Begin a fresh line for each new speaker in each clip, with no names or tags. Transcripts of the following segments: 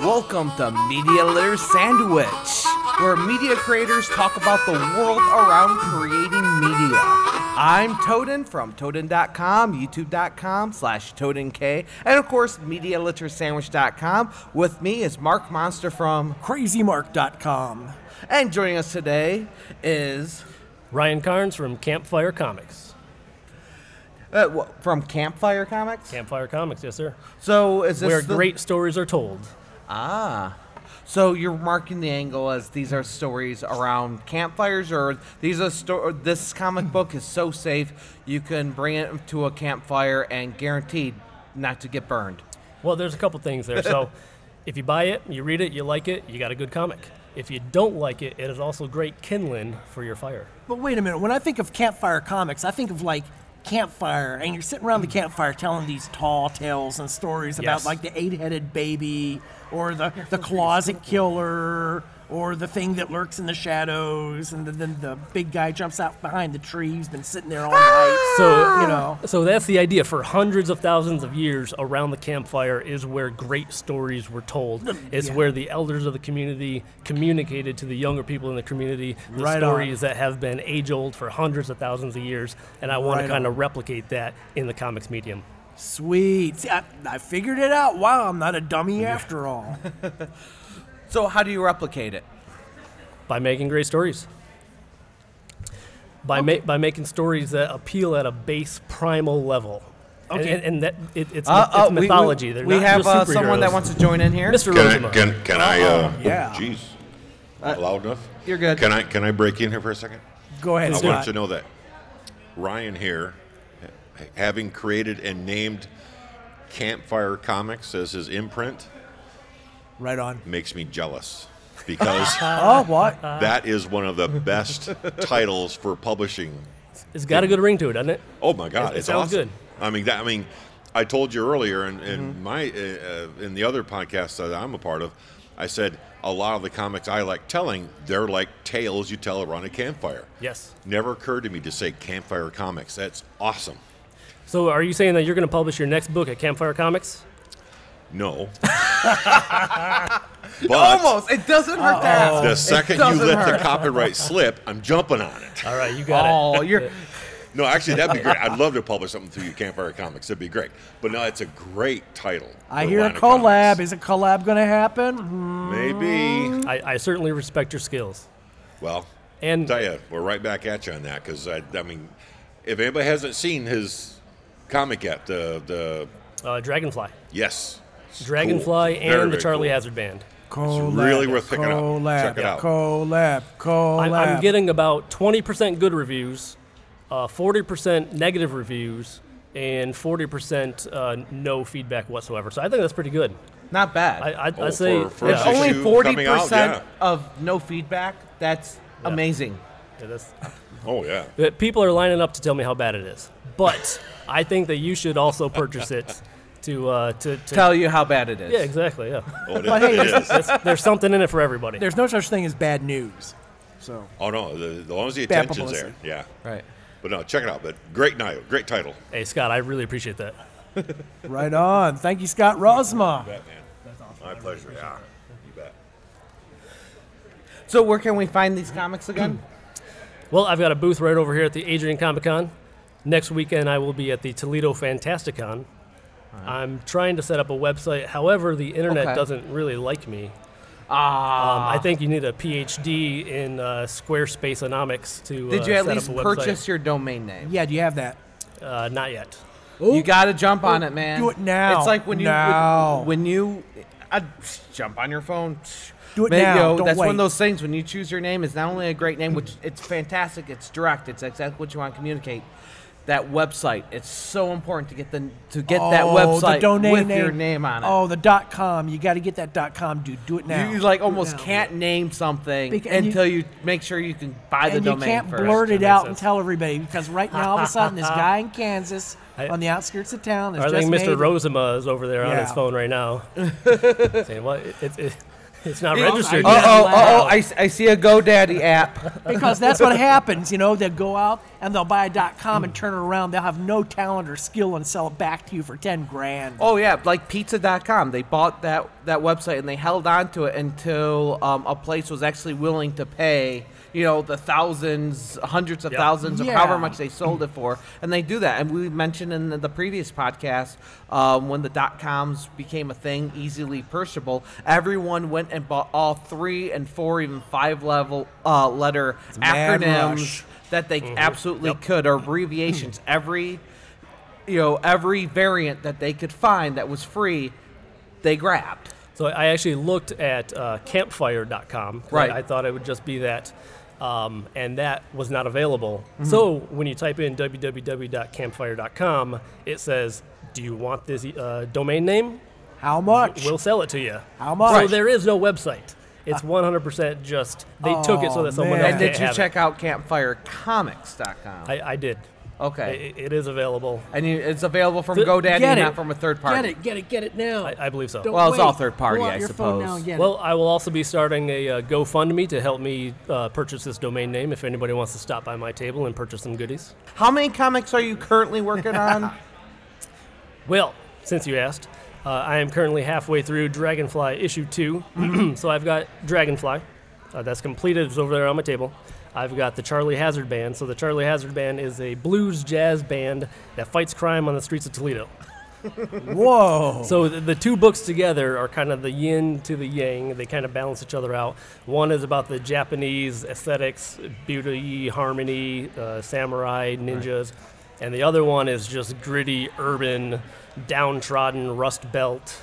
Welcome to Media Litter Sandwich, where media creators talk about the world around creating media. I'm Toden from Toden.com, YouTube.com slash TodenK, and of course, MediaLitterSandwich.com. With me is Mark Monster from,
CrazyMark.com.
and joining us today is
Ryan Carnes from Campfire Comics.
uh, wh- from Campfire Comics.
Campfire Comics, yes, sir.
So is this
Where
the-
great stories are told.
Ah. So you're marking the angle as these are stories around campfires, or these are sto- or this comic book is so safe you can bring it to a campfire and guaranteed not to get burned.
Well, there's a couple things there. So, if you buy it, you read it, you like it, you got a good comic. If you don't like it, it is also great kindling for your fire.
But wait a minute, when I think of campfire comics, I think of like campfire, and you're sitting around the campfire telling these tall tales and stories about
Yes.
like the eight headed baby, or the, the closet killer, or the thing that lurks in the shadows, and then the big guy jumps out behind the tree, he's been sitting there all night.
So,
You know,
so that's the idea. For hundreds of thousands of years, around the campfire is where great stories were told.
Mm,
It's where the elders of the community communicated to the younger people in the community the
Right on.
stories that have been age old for hundreds of thousands of years. And I want
Right
to kind of replicate that in the comics medium.
sweet. See, I, I figured it out. Wow, I'm not a dummy after all.
So how do you replicate it?
by making great stories.
Oh.
By, ma- by making stories that appeal at a base primal level. And-
Okay.
And, and that it, it's,
Uh,
myth-
uh,
it's
we- we-
mythology. They're
we
not
have
just
uh, someone that
superheroes.
wants to join in here.
Mr.
Can
Rojima.
I, can, can I, uh,
yeah. Uh,
Jeez. Loud enough?
you're good.
Can I, can I break in here for a second?
Go ahead,
I want
Scott.
to know that Ryan here, ha- having created and named Campfire Comics as his imprint,
Right on.
makes me jealous because
Oh, what?
that is one of the best titles for publishing
It's got a good ring to it, doesn't it?
Oh my God,
It- it
it's
sounds
awesome.
good.
I mean, that, I mean, I told you earlier, in, in my uh, uh, in the other podcast that I'm a part of, I said a lot of the comics I like telling, they're like tales you tell around a campfire.
Yes.
Never occurred to me to say campfire comics. That's awesome.
So are you saying that you're going to publish your next book at Campfire Comics?
No. but
Almost. It doesn't hurt that.
the second you
doesn't
let
hurt.
the copyright slip, I'm jumping on it.
All right, you got
Oh, you're.
No, actually, that'd be great. I'd love to publish something through your Campfire Comics. That'd be great. But no, it's a great title.
I
for
hear a
line of
collab.
comics.
Is a collab going to happen? Hmm.
Maybe.
it. Oh. I, I certainly respect your skills.
Well,
And-
tell you, we're right back at you on that because I, I mean, if anybody hasn't seen his comic yet, the the
Uh, Dragonfly.
yes, It's
Dragonfly
cool. Very,
and the
very
Charlie
cool.
Hazard Band.
Collab,
really worth picking up.
collab,
Check it out.
Collab,
I'm,
collab.
I'm getting about 20% good reviews, uh, 40% negative reviews, and 40% uh, no feedback whatsoever. So I think that's pretty good.
Not bad.
I, I, I
Oh,
say
for- for
yeah,
It's only
issue
forty
coming out,
percent
yeah.
of no feedback. That's amazing.
yeah, that's-
Oh yeah,
that people are lining up to tell me how bad it is. But I think that you should also purchase it to uh, to, to
Tell you how bad it is.
yeah exactly yeah.
oh, it
But hey,
is. It is.
That's- there's something in it for everybody.
There's no such thing as bad news. So
oh no, the, as long as the
Bad
attention's there,
publicity.
yeah.
Right.
But no, check it out. But great night, great title.
Hey Scott, I really appreciate that.
right on. Thank you, Scott Rosma.
Batman. That's awesome. My pleasure. Yeah, you bet.
So where can we find these comics again?
Well, I've got a booth right over here at the Adrian Comic Con. Next weekend, I will be at the Toledo Fantasticon. I'm trying to set up a website. However, the internet
Okay.
doesn't really like me.
Ah.
Um, I think you need a PhD in uh, Squarespace Anomics to uh,
Did you at
set
least
up a website.
purchase your domain name?
Yeah, do you have that?
Uh, not yet.
You gotta jump on it, man.
do it now.
It's like when you
Now.
when you I, jump on your phone.
Do it
Man,
now.
yo,
Don't
that's one
wait.
of those things when you choose your name. It's not only a great name, which it's fantastic. It's direct. It's exactly what you want to communicate. That website. It's so important to get the to get that
Oh, the
website
domain
with your name on it.
Oh, the dot com. You got to get that dot com, dude. Do it now.
you, you, like
Do it
almost
now.
can't name something
Beca- and you-
until you, make sure you can buy the
And you
domain
can't
first.
blurt
That
it
makes
out and
sense.
tell everybody because right now, all of a sudden, this guy in Kansas
I-
on the outskirts of town is
I
just
think Mr.
made-
Rosema is over there on his
Yeah.
phone right now, saying, "Well, it, it, it, it's not
It-
registered."
Uh
yet."
oh, oh, I, s- I see a GoDaddy app.
because that's what happens. You know, they go out and they'll buy a .com
Hmm.
and turn it around. They'll have no talent or skill and sell it back to you for ten grand.
Oh yeah, like pizza.com. They bought that that website and they held on to it until um, a place was actually willing to pay, you know, the thousands, hundreds of
Yep.
thousands, or however
Yeah.
much they sold it for. And they do that. And we mentioned in the, the previous podcast um, when the dot coms became a thing, easily purchasable. Everyone went and bought all three and four, even five level uh, letter
mad
acronyms
rush.
that they absolutely could, or abbreviations. Every you know every variant that they could find that was free they grabbed
So I actually looked at uh, campfire.com.
Right.
I thought it would just be that, um, and that was not available.
Mm-hmm.
So when you type in www.campfire.com, it says, "Do you want this uh, domain name?
How much?
We'll sell it to you."
How much?
So there is no website. It's 100% just they took it so that someone
man.
Uh, Oh, and
else can't
did you
have it.
check out campfirecomics.com
I, I did.
okay
I- it is available.
and you, it's available from
Th-
godaddy
Get it.
not from a third party
Get it, get it, get it now.
I, I believe so.
Don't
Well, it's
wait.
all third party,
Pull out
I
your phone now
suppose.
and get it.
Well, I will also be starting a uh, GoFundMe to help me uh, purchase this domain name if anybody wants to stop by my table and purchase some goodies.
how many comics are you currently working on
Well, since you asked, uh, I am currently halfway through Dragonfly issue two, so I've got Dragonfly, uh, that's completed, it's over there on my table. I've got the Charlie Hazard Band. So the Charlie Hazard Band is a blues jazz band that fights crime on the streets of Toledo.
Whoa.
So the, the two books together are kind of the yin to the yang. They kind of balance each other out. One is about the Japanese aesthetics, beauty, harmony, uh, samurai, ninjas, and the other one is just gritty, urban, downtrodden, rust belt.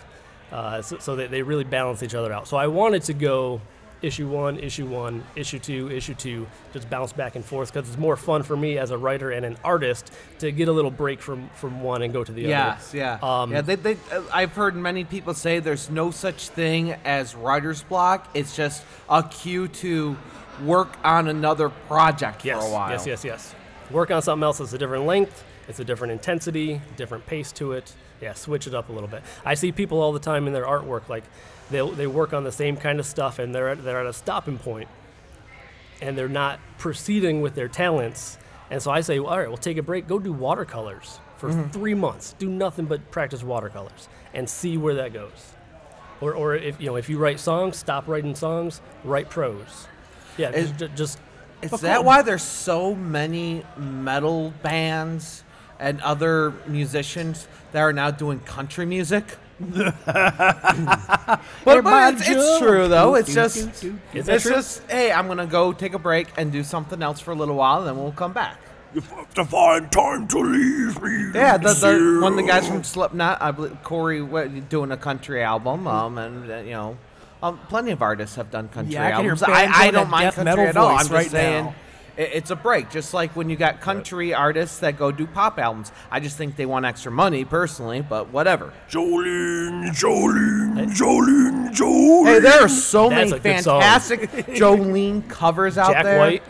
Uh, so so they, they really balance each other out. So I wanted to go issue one, issue one, issue two, issue two, just bounce back and forth because it's more fun for me as a writer and an artist to get a little break from, from one and go to the other.
yes yeah
Um,
yeah they, they, uh, i've heard many people say there's no such thing as writer's block it's just a cue to work on another project
Yes,
for a while
yes, yes, yes. Work on something else that's a different length, it's a different intensity, different pace to it. Yeah, switch it up a little bit. I see people all the time in their artwork, like they, they work on the same kind of stuff and they're at, they're at a stopping point and they're not proceeding with their talents. And so I say, well, all right, we'll take a break, go do watercolors for
Mm-hmm.
three months, do nothing but practice watercolors and see where that goes. Or, or if you know if you write songs, stop writing songs, write prose. Yeah,
Is-
ju- ju- just
Is that why there's so many metal bands and other musicians that are now doing country music? but but it's, it's true though. It's just
Is
it's
that true?
just hey, I'm gonna go take a break and do something else for a little while, and then we'll come back.
You have to find time to leave me.
Yeah, the, the, one of the guys from Slipknot, I believe Corey, wa- doing a country album, um, and uh, you know, um, plenty of artists have done country
Yeah, I can hear
albums.
bands
I, I
on
don't
that
mind
death
country
metal
at all. I'm
voice
just
right
saying,
now.
i- it's a break. Just like when you got country artists that go do pop albums, I just think they want extra money personally, but whatever.
Jolene, Jolene, Jolene, Jolene.
Hey, there are so
That's
many
a good song.
fantastic Jolene covers out
Jack
there.
White.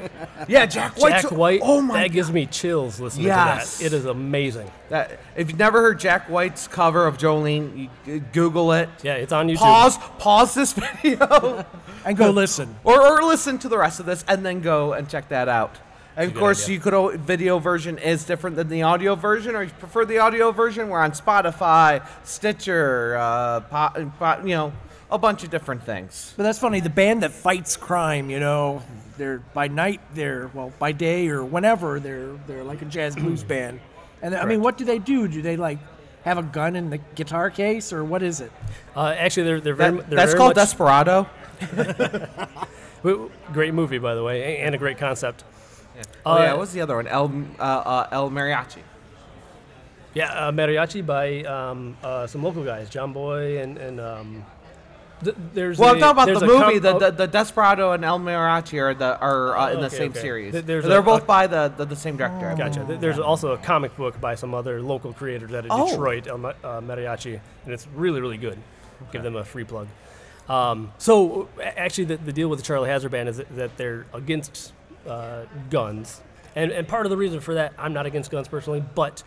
yeah, Jack White.
Jack White.
Oh my
that gives me chills listening
Yes.
to that. It is amazing.
That, if you've never heard Jack White's cover of Jolene, you, you Google it.
Yeah, it's on YouTube.
Pause. Pause this video,
and go listen.
or, or listen to the rest of this, and then go and check that out. And of
good
course,
idea.
you could. al- Video version is different than the audio version, or you prefer the audio version. We're on Spotify, Stitcher, uh, po- po- you know, a bunch of different things.
But that's funny. The band that fights crime, you know, they're by night, they're well by day or whenever they're they're like a jazz blues band. And I mean, what do they do? Do they like have a gun in the guitar case or what is it?
Uh, actually, they're they're very.
That,
they're
that's
very
called
much, uh,
Desperado.
w- w- Great movie, by the way, a- and a great concept.
oh
Uh,
yeah, what was the other one? El uh, uh, El Mariachi.
Yeah, uh, mariachi by um, uh, some local guys, John Boy and and. Um, th- there's
Well,
a,
I'm talking about
there's
the
a com-
movie.
oh,
the, the the Desperado and El Mariachi are the are uh,
Oh,
in the
okay,
same
okay.
series.
Th- there's
They're
a-
both
a-
by the, the the same director. I believe.
Gotcha. Th- There's also a comic book by some other local creators out of
Oh.
Detroit, El Ma- uh, Mariachi, and it's really, really good. Give them a free plug. Um, so, a- actually, the, the deal with the Charlie Hazard Band is that- that they're against uh, guns. And, and part of the reason for that, I'm not against guns personally, but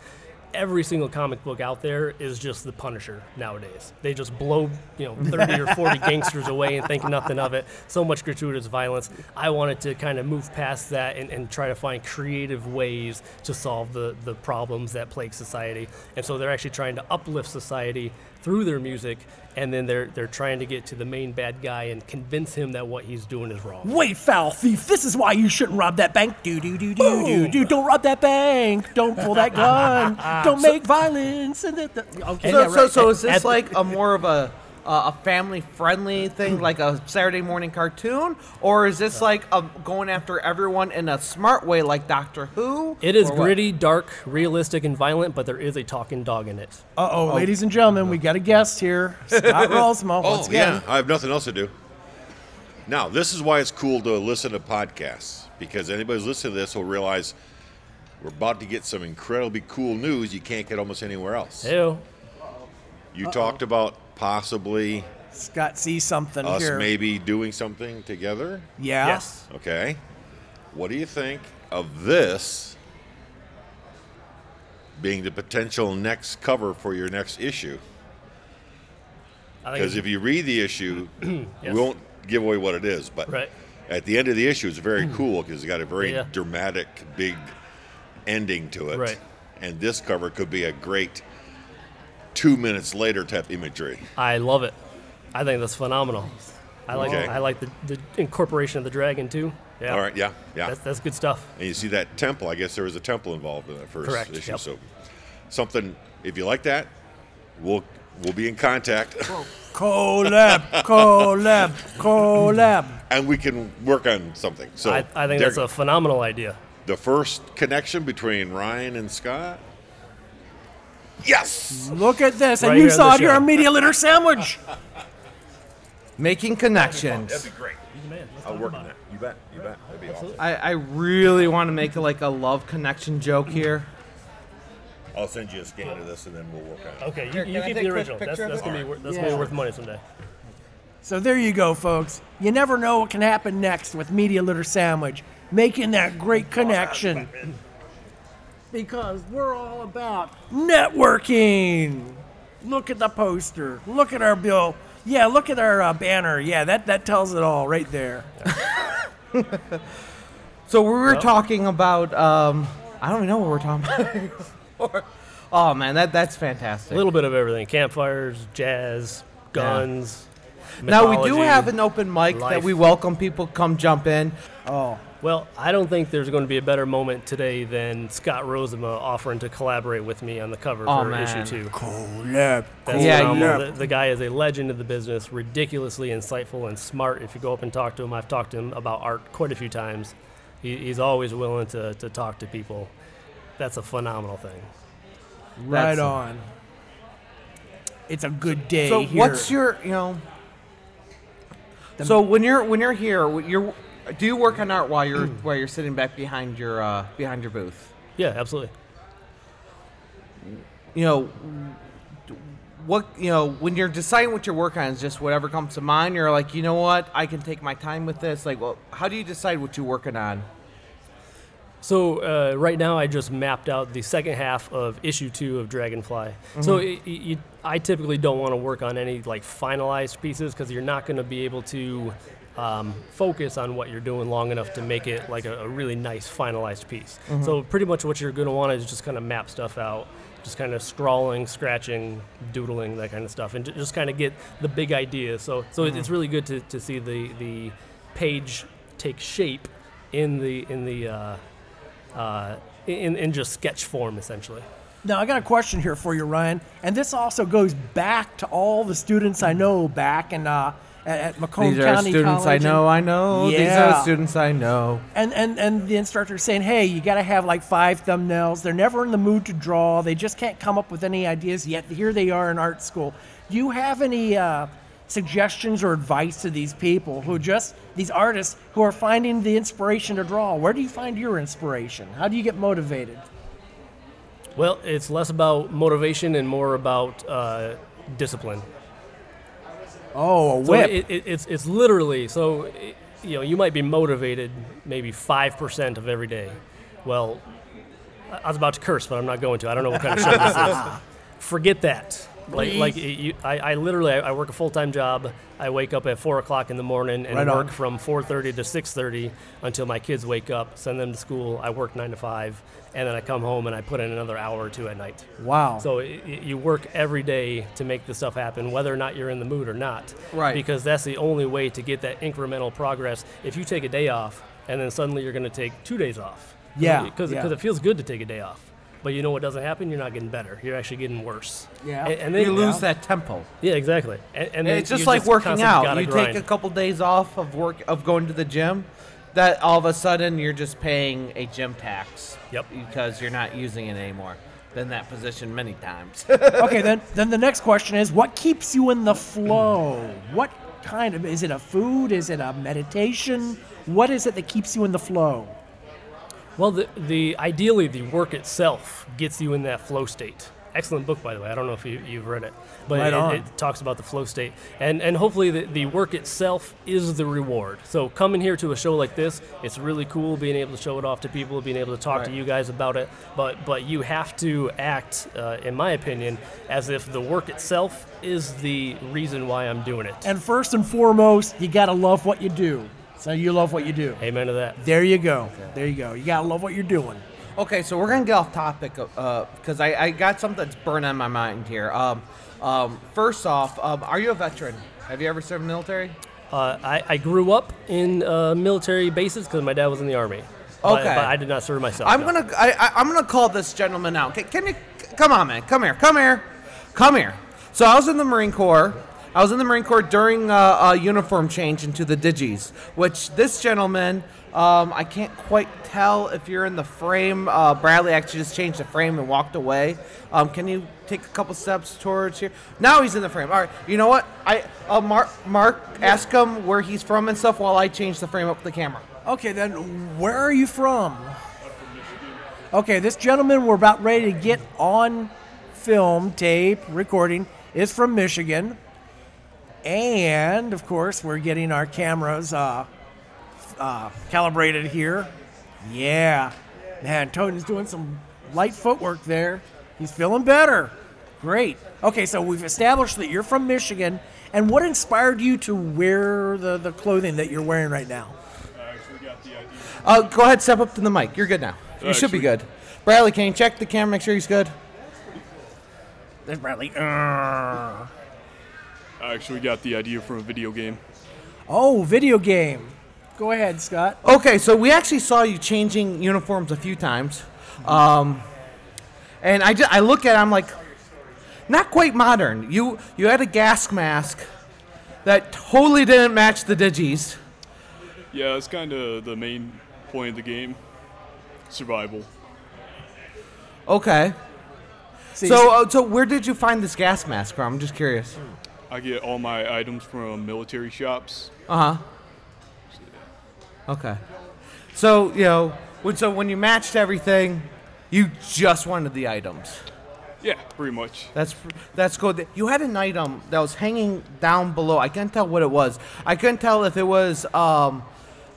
every single comic book out there is just the Punisher nowadays. They just blow, you know, 30 or 40 gangsters away and think nothing of it. So much gratuitous violence. I wanted to kind of move past that and, and try to find creative ways to solve the, the problems that plague society. And so they're actually trying to uplift society through their music, and then they're, they're trying to get to the main bad guy and convince him that what he's doing is wrong.
Wait, foul thief! This is why you shouldn't rob that bank. Do do do do do do. Don't rob that bank. Don't pull that gun. Don't make violence. And that, that- okay,
so,
yeah,
so,
right.
so is this
At-
like a more of a uh, a family friendly
Mm.
thing, like a Saturday morning cartoon, or is this like a going after everyone in a smart way, like Doctor Who?
It is
or what?
gritty, dark, realistic, and violent, but there is a talking dog in it.
Uh oh, ladies and gentlemen, we got a guest here, Scott Rosmo.
Oh
once again.
yeah, I have nothing else to do. Now this is why it's cool to listen to podcasts because anybody who's listening to this will realize we're about to get some incredibly cool news you can't get almost anywhere else.
Ew.
You talked about possibly
Scott sees something
us
here.
maybe doing something together.
Ah.
Yeah.
Yes.
Okay, what do you think of this being the potential next cover for your next issue?
I think
Because if you read the issue,
Yes.
we won't give away what it is. But
Right. Mm.
at the end of the issue, it's very cool because it's got a very
Yeah.
dramatic, big ending to it.
Right.
And this cover could be a great two minutes later type imagery.
I love it. I think that's phenomenal. I like
Okay.
I like the, the incorporation of the dragon too. Yeah.
All right, yeah, yeah.
That's, that's good stuff.
and you see that temple. I guess there was a temple involved in that first
Correct,
issue.
yep.
So something. If you like that, we'll we'll be in contact,
Collab, collab, collab.
and we can work on something. So
I, I think
there-
that's a phenomenal idea.
the first connection between Ryan and Scott. Yes.
Look at this, and
Right
you
here on
saw
the
it here
show.
on Media Litter Sandwich.
Making connections.
great. I'll work on that. You bet. You bet. That'd be awesome.
I, I really want to make like a love connection joke here.
I'll send you a scan of this and then we'll work on it.
Okay, you,
Here,
you
can I
keep
take a
the
quick
original. That's,
picture of
that's
it?
gonna be worth, that's gonna
Yeah.
be worth money someday.
So there you go, folks. You never know what can happen next with Media Litter Sandwich, making that great connection. Because we're all about networking. Look at the poster. Look at our bill. Yeah, look at our uh, banner. Yeah, that, that tells it all right there.
So we were talking about um, I don't even know what we're talking about. before. oh man, that that's fantastic.
A little bit of everything: campfires, jazz, guns.
now we do
mythology.
have an open mic that
life.
we welcome people come jump in.
Well, I don't think there's going to be a better moment today than Scott Rosema offering to collaborate with me on the cover
Oh,
for
man.
issue two.
Collab.
That's
Yeah,
phenomenal.
yeah.
The, the guy is a legend of the business, ridiculously insightful and smart. If you go up and talk to him, I've talked to him about art quite a few times. He, he's always willing to, to talk to people. That's a phenomenal thing.
Right
That's-
on. It's a good day
So
here.
what's your you know? So when you're when you're here, when you're do you work on art while you're while you're sitting back behind your uh, behind your booth?
Yeah, absolutely.
You know, what you know when you're deciding what you're working on is just whatever comes to mind. You're like, you know what, I can take my time with this. Like, well, how do you decide what you're working on?
So uh, right now, I just mapped out the second half of issue two of Dragonfly. So it, it, you, I typically don't want to work on any like finalized pieces because you're not going to be able to um, focus on what you're doing long enough to make it like a, a really nice finalized piece. So pretty much what you're going to want is just kind of map stuff out, just kind of scrawling, scratching, doodling, that kind of stuff, and ju- just kind of get the big idea. So so it it's really good to, to see the the page take shape in the in the uh, uh, in, in just sketch form, essentially.
Now, I got a question here for you, Ryan. And this also goes back to all the students I know back in, uh, at, at Macomb
These are
County
students I
College and-
know. I know. These are
Yeah.
the students I know.
and and and the instructor saying, "Hey, you got to have like five thumbnails. They're never in the mood to draw. They just can't come up with any ideas yet. Here they are in art school. Do you have any uh, suggestions or advice to these people who just these artists who are finding the inspiration to draw? Where do you find your inspiration? How do you get motivated?
Well, it's less about motivation and more about uh, discipline.
Oh, a
So
whip.
it, it, it's it's literally so it, you know you might be motivated maybe five percent of every day. Well, I was about to curse, but I'm not going to. I don't know what kind of show this is. Forget that. Like, like it- you, I, I literally, I, I work a full time job. I wake up at four o'clock in the morning and
Right on.
work from four thirty to six thirty until my kids wake up, send them to school. I work nine to five, and then I come home and I put in another hour or two at night.
Wow.
So y- y- you work every day to make this stuff happen, whether or not you're in the mood or not.
Right.
Because that's the only way to get that incremental progress. If you take a day off and then suddenly you're going to take two days off.
Yeah,
Because
yeah.
it feels good to take a day off. But you know what doesn't happen? You're not getting better. You're actually getting worse.
Yeah.
And, and then,
You lose that tempo.
Yeah, exactly. And, and then
It's just
you
like working
constantly
out.
gotta
You
grind.
take a couple days off of work of going to the gym, that all of a sudden you're just paying a gym tax.
Yep.
Because you're not using it anymore. Been that position many times.
okay, then then the next question is what keeps you in the flow? What kind of is it a food? Is it a meditation? What is it that keeps you in the flow?
Well, the, the ideally the work itself gets you in that flow state. Excellent book, by the way. I don't know if you, you've read it, but
Right
it,
on.
it talks about the flow state, and and hopefully the, the work itself is the reward. So coming here to a show like this, it's really cool being able to show it off to people, being able to talk to
Right.
you guys about it. But but you have to act, uh, in my opinion, as if the work itself is the reason why I'm doing it.
And first and foremost, you got to love what you do. So you love what you do.
Amen to that.
There you go. There you go. You got to love what you're doing.
Okay, so we're gonna get off topic because I, I got something that's burning on my mind here. Um, um, first off, um, are you a veteran? Have you ever served in the military?
Uh, I, I grew up in uh, military bases because my dad was in the army. But,
Okay.
but I did not serve myself.
I'm
no.
gonna I, I, I'm gonna call this gentleman out. Can, can you come on, man? Come here, come here, come here. So I was in the Marine Corps. I was in the Marine Corps during uh, a uniform change into the Digis, which this gentleman, um, I can't quite tell if you're in the frame. Uh, Bradley actually just changed the frame and walked away. Um, can you take a couple steps towards here? Now he's in the frame. All right. You know what? I uh, Mark, Mark, ask him where he's from and stuff while I change the frame up the camera.
Okay, then where are you from? Okay, this gentleman we're about ready to get on film, tape, recording is from Michigan. And of course, we're getting our cameras uh, uh, calibrated here. Yeah. Man, Tony's doing some light footwork there. He's feeling better. Great. Okay, so we've established that you're from Michigan. And what inspired you to wear the, the clothing that you're wearing right now?
Uh, go ahead, step up to the mic. You're good now. You
Alright,
should be
sweet.
good. Bradley, can you check the camera, make sure he's good?
There's Bradley. Urgh.
I actually got the idea from a video game.
Oh, video game. Go ahead, Scott.
Okay, so we actually saw you changing uniforms a few times. Um, and I, ju- I look at it, I'm like, not quite modern. You, you had a gas mask that totally didn't match the digis.
Yeah, that's kind of the main point of the game. Survival.
Okay.
See,
So, uh, so where did you find this gas mask from? I'm just curious.
I get all my items from military shops.
Uh huh. Okay. So you know, when, so when you matched everything, you just wanted the items.
Yeah, pretty much.
That's that's good. You had an item that was hanging down below. I couldn't tell what it was. I couldn't tell if it was um,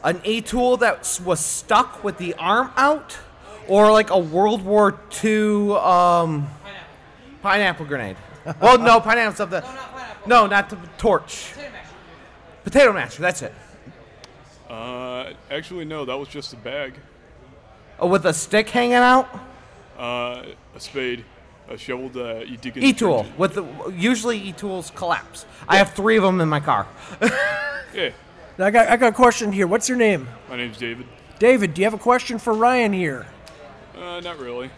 an A tool that s- was stuck with the arm out, or like a World War II um, pineapple grenade. well, no, pineapple stuff. The, no, not pineapple. No, not the torch. Potato masher. Potato masher. That's it.
Uh, actually, no, that was just a bag.
Oh, with a stick hanging out?
Uh, a spade, a shovel that you dig in.
E tool.
trenches.
With the, usually E tools collapse. I have three of them in my car.
Yeah,
I got, I got a question here. What's your name?
my name's David.
David, do you have a question for Ryan here?
Uh, not really.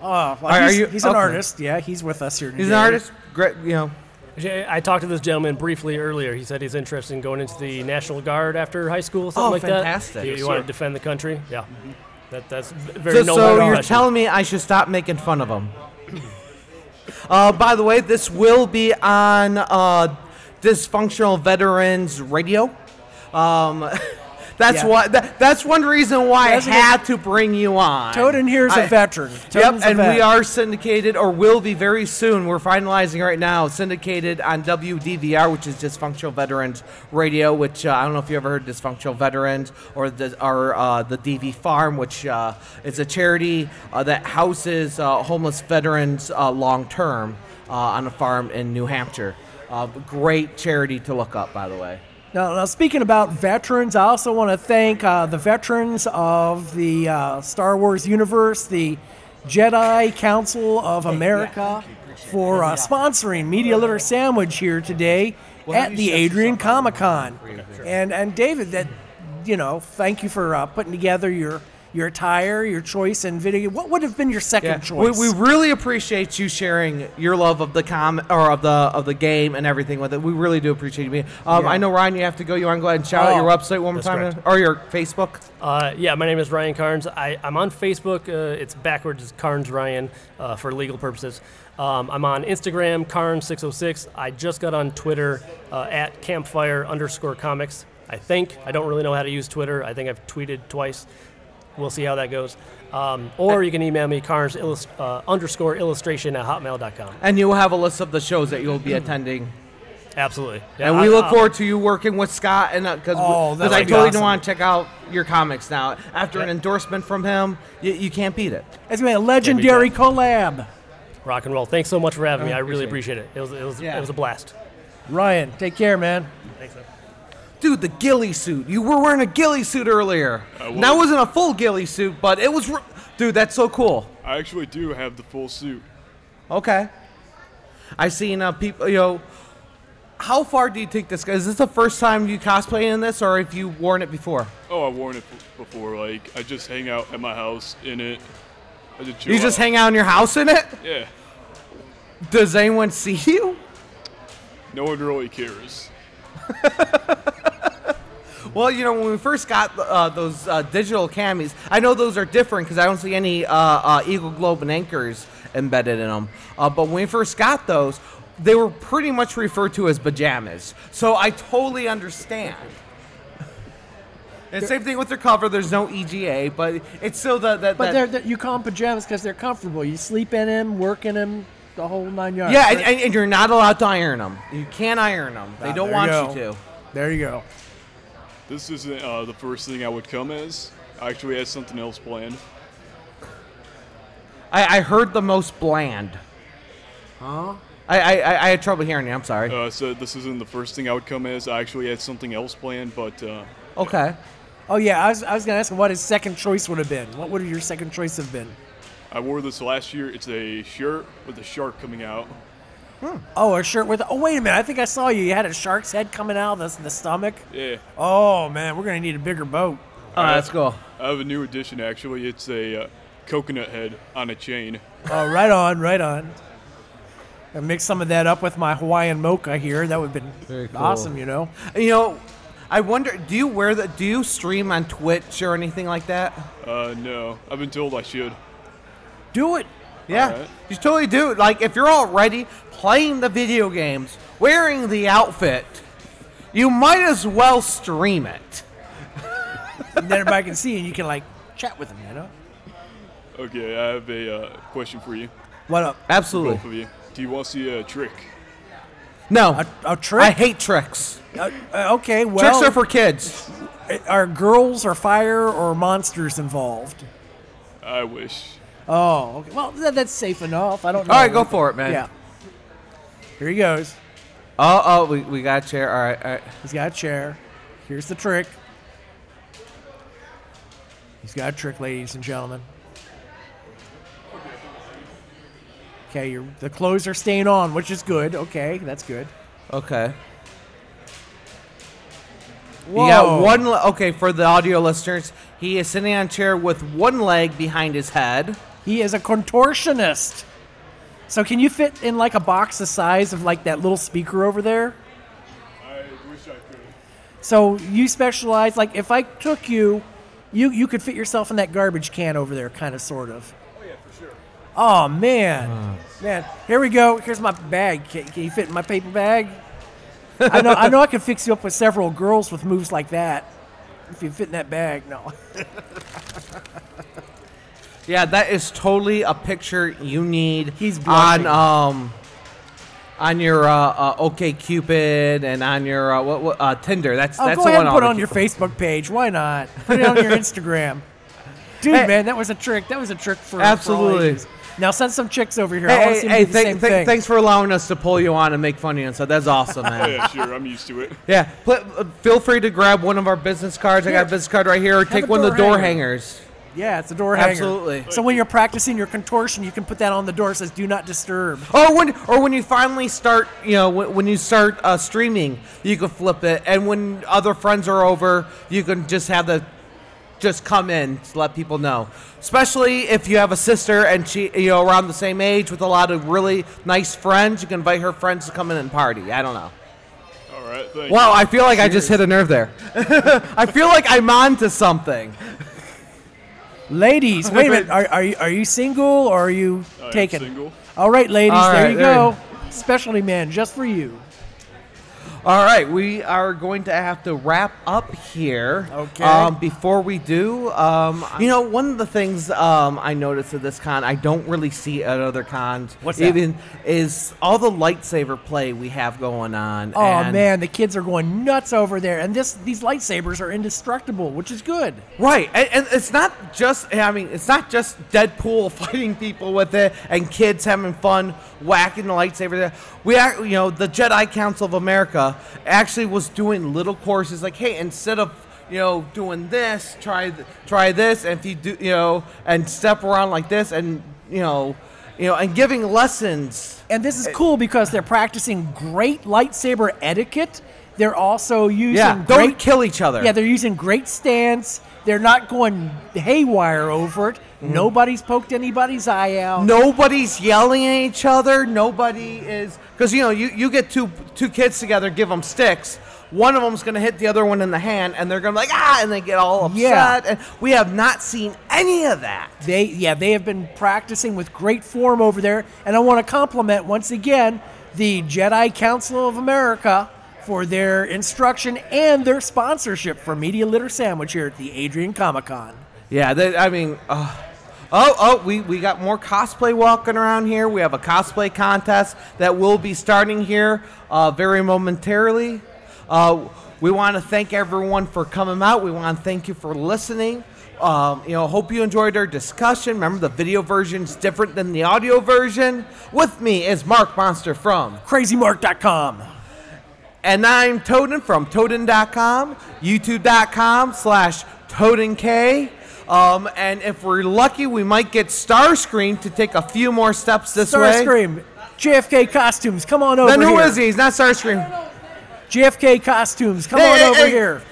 Oh, well,
Are
he's,
you-
he's an
okay.
artist. Yeah, he's with us here today.
He's an artist. Great, you know.
Jay, I talked to this gentleman briefly earlier. He said he's interested in going into the National Guard after high school, something
Oh,
like
fantastic.
that. You,
Yes,
you want
sir.
to defend the country? Yeah. That, that's v- very
So,
noble
so you're
profession.
telling me I should stop making fun of him. uh, by the way, this will be on uh, Dysfunctional Veterans Radio. Um, That's
Yeah.
why. That, that's one reason why
That's
I
a good-
had to bring you on.
Toten here's a
I-
veteran. Toten's
Yep,
a
and we
vet.
are syndicated, or will be very soon. We're finalizing right now, syndicated on WDVR, which is Dysfunctional Veterans Radio. Which uh, I don't know if you ever heard of Dysfunctional Veterans or the or uh, the DV Farm, which uh, is a charity uh, that houses uh, homeless veterans uh, long term uh, on a farm in New Hampshire. Uh, great charity to look up, by the way.
Now, now speaking about veterans, I also want to thank uh, the veterans of the uh, Star Wars universe, the Jedi Council of America, for uh, sponsoring Media Litter Sandwich here today at the Adrian Comic Con. And and David, that you know, thank you for uh, putting together your your attire, your choice, and video. What would have been your second
We,
choice?
we really appreciate you sharing your love of the com or of the of the game and everything with it. We really do appreciate you. being- Um,
Yeah.
I know Ryan, you have to go. You want to go ahead and shout out
Oh,
your website one more
that's
time
correct.
or your Facebook?
Uh, yeah, my name is Ryan Carnes. I, I'm on Facebook. Uh, it's backwards, it's Carnes Ryan uh, for legal purposes. Um, I'm on Instagram, Carnes606. I just got on Twitter uh, at campfire underscore comics. I think. I don't really know how to use Twitter. I think I've tweeted twice. We'll see how that goes. Um, or you can email me, Carnes illus- uh, underscore illustration at hotmail.com.
And you will have a list of the shows that you'll
Mm.
be attending.
Absolutely. Yeah,
And we
I- uh,
look
I-
forward to you working with Scott and because
uh, Oh, that
because
would
I
be
totally
awesome.
want to check out your comics now. After an endorsement from him, you, you can't beat it.
it's been a legendary collab.
Rock and roll. Thanks so much for having me. I really appreciate it. It was, it was,
Yeah.
it was a blast.
Ryan, take care, man.
Thanks, man.
Dude, the ghillie suit. You were wearing a ghillie suit earlier.
was.
That wasn't a full ghillie suit, but it was. r Dude, that's so cool.
I actually do have the full suit.
Okay. I seen uh, people. You know, how far do you take this? Is this the first time you cosplaying in this, or have you worn it before?
Oh, I've worn it f- before. Like, I just hang out at my house in it. I just chill
you just
out.
hang out in your house in it.
Yeah.
Does anyone see you?
No one really cares.
Well, you know, when we first got uh, those uh, digital camis, I know those are different because I don't see any uh, uh, Eagle Globe and anchors embedded in them. Uh, but when we first got those, they were pretty much referred to as pajamas. So I totally understand. And same thing with their cover. There's no EGA, but it's still the, the
But
that-
they're, they're, you call them pajamas because they're comfortable. You sleep in them, work in them, the whole nine yards.
yeah,
right?
and, and, and you're not allowed to iron them. You can't iron them. They
Ah,
don't
there
want
you
you
go.
to.
there you go.
This isn't uh, the first thing I would come as. I actually had something else planned.
I, I heard the most bland. Huh? I, I, I- I had trouble hearing you. I'm sorry.
Uh, so this isn't the first thing I would come as. I actually had something else planned, but uh,
okay.
Oh yeah, I was, I was gonna ask him what his second choice would have been. What would your second choice have been?
I wore this last year. It's a shirt with a shark coming out.
Oh, a shirt with. Oh wait a minute, I think I saw you. You had a shark's head coming out of the, the stomach.
Yeah,
Oh man, we're gonna need a bigger boat.
Oh, that's cool.
I have a new addition actually. It's a uh, coconut head on a chain.
Oh, right on, right on. I mix some of that up with my Hawaiian mocha here. That would have
Very
been
cool.
awesome, you know.
You know, I wonder. Do you wear the? Do you stream on Twitch or anything like that?
Uh, no, I've been told I should.
Do it.
Yeah,
Alright.
you totally do. Like, if you're already playing the video games, wearing the outfit, you might as well stream it.
And then everybody can see, and you can like chat with them, you know.
Okay, I have a uh, question for you,
What up?
Absolutely.
both of you. Do you want to see a trick?
No,
A, a trick?
I hate tricks.
Uh, uh, okay, well, uh,
tricks are for kids.
are girls or fire or monsters involved?
I wish.
Oh, okay. well, that, that's safe enough. I don't know.
All right, go for it, man.
Yeah. Here he goes.
Oh, oh, we, we got a chair. All right, all right.
He's got a chair. Here's the trick. He's got a trick, ladies and gentlemen. Okay, your the clothes are staying on, which is good. Okay, that's good.
Okay. You got
Whoa.
one. Le- okay, for the audio listeners, he is sitting on a chair with one leg behind his head.
He is a contortionist. So can you fit in like a box the size of like that little speaker over there?
I wish I could.
So you specialize like if I took you, you you could fit yourself in that garbage can over there, kind of, sort of. Oh man, man! Here we go. Here's my bag. Can, can you fit in my paper bag? I know. I know. I can fix you up with several girls with moves like that. if you fit in that bag. No.
Yeah, that is totally a picture you need
He's
on
blushing.
um on your uh, uh, OK Cupid and on your uh, what, what uh, Tinder. That's
Oh,
that's
go
the
ahead
one
and
I'll
put it
be
on your
keeping.
Facebook page. Why not? Put it on your Instagram. Dude,
Hey.
man, that was a trick. That was a trick for for all
Absolutely.
ages. now send some chicks over here. I want
Hey,
to see
hey, hey
them do the
thank-
same
thank-
thing.
thanks for allowing us to pull you on and make fun of you and so that's awesome,
Oh,
man.
yeah, sure. I'm used to it.
yeah, pl- uh, feel free to grab one of our business cards. I got a
Here.
business card right here, or take
a
one of the
door
door
hanger.
hangers.
Yeah, it's a door hanger.
Absolutely.
So when you're practicing your contortion, you can put that on the door. It says "Do not disturb."
Or when, or when you finally start, you know, when, when you start uh, streaming, you can flip it, and when other friends are over, you can just have the, just come in to let people know. Especially if you have a sister and she, you know, around the same age with a lot of really nice friends, you can invite her friends to come in and party. I don't know.
All right, thank
Wow, I feel like I just hit a nerve there. I feel like I'm on to something.
Ladies, wait a minute. Are, are you are you single or are you
you. I am
taken?
single.
All right, ladies,
All
there
right,
you
there.
go. Specialty man, just for you.
All right, we are going to have to wrap up here.
Okay.
Um, before we do, um, you know, one of the things um, I noticed at this con, I don't really see at other cons,
What's that?
even is all the lightsaber play we have going on.
Oh
and-
man, the kids are going nuts over there, and this these lightsabers are indestructible, which is good.
right? And, and it's not just—I mean, it's not just Deadpool fighting people with it and kids having fun whacking the lightsaber. We, act, you know, the Jedi Council of America actually was doing little courses like, hey, instead of you know doing this, try th- try this, and if you do, you know, and step around like this, and you know, you know, and giving lessons.
And this is cool because they're practicing great lightsaber etiquette. They're also using
Yeah, don't
great
kill each other.
Yeah, they're using great stance. They're not going haywire over it.
Mm.
Nobody's poked anybody's eye out.
nobody's yelling at each other. Nobody is because you know you, you get two two kids together, give them sticks. One of them's gonna hit the other one in the hand, and they're gonna be like ah, and they get all upset.
Yeah.
And we have not seen any of that.
They yeah, they have been practicing with great form over there, and I want to compliment once again the Jedi Council of America for their instruction and their sponsorship for Media Litter Sandwich here at the Adrian Comic Con.
Yeah, they, I mean, uh, oh, oh, we, we got more cosplay walking around here. We have a cosplay contest that will be starting here uh, very momentarily. Uh, we want to thank everyone for coming out. We want to thank you for listening. Um, you know, hope you enjoyed our discussion. Remember, the video version's different than the audio version. With me is Mark Monster from,
CrazyMark.com.
and I'm Toden from Toden.com, YouTube.com slash TodenK. Um, and if we're lucky, we might get Starscream to take a few more steps this way.
Starscream, JFK costumes, come on over
Then who
here.
is he? He's not Starscream.
JFK costumes, come
Hey,
on
hey,
over
hey.
here.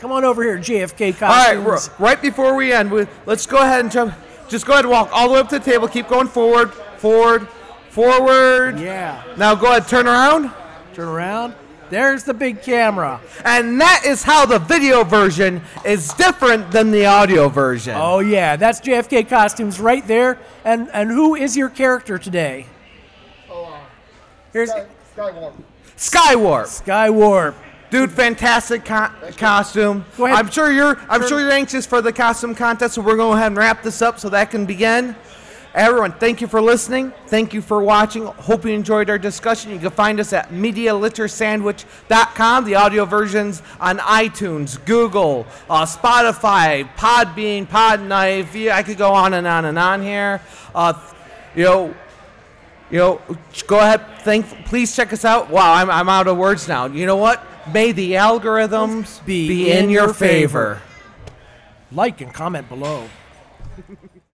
Come on over here, JFK costumes.
All right, ro- right before we end, we, let's go ahead and jump. Just go ahead and walk all the way up to the table. Keep going forward, forward, forward.
Yeah.
Now go ahead, turn around.
Turn around. There's the big camera.
And that is how the video version is different than the audio version.
Oh yeah, that's JFK costumes right there. And and who is your character today? Here's
Skywalker.
Skywarp.
Skywarp.
Dude, fantastic co- costume.
Go ahead.
I'm sure you're. I'm sure you're anxious for the costume contest, so we're going to go ahead and wrap this up so that can begin. Everyone, thank you for listening. Thank you for watching. Hope you enjoyed our discussion. You can find us at MediaLitterSandwich.com. The audio versions on iTunes, Google, uh, Spotify, Podbean, Podknife. Yeah, I could go on and on and on here. Uh, you know, you know, go ahead. Thank. Please check us out. Wow, I'm, I'm out of words now. You know what? May the algorithms
Be
be, in,
in
your
your favor.
favor.
Like and comment below.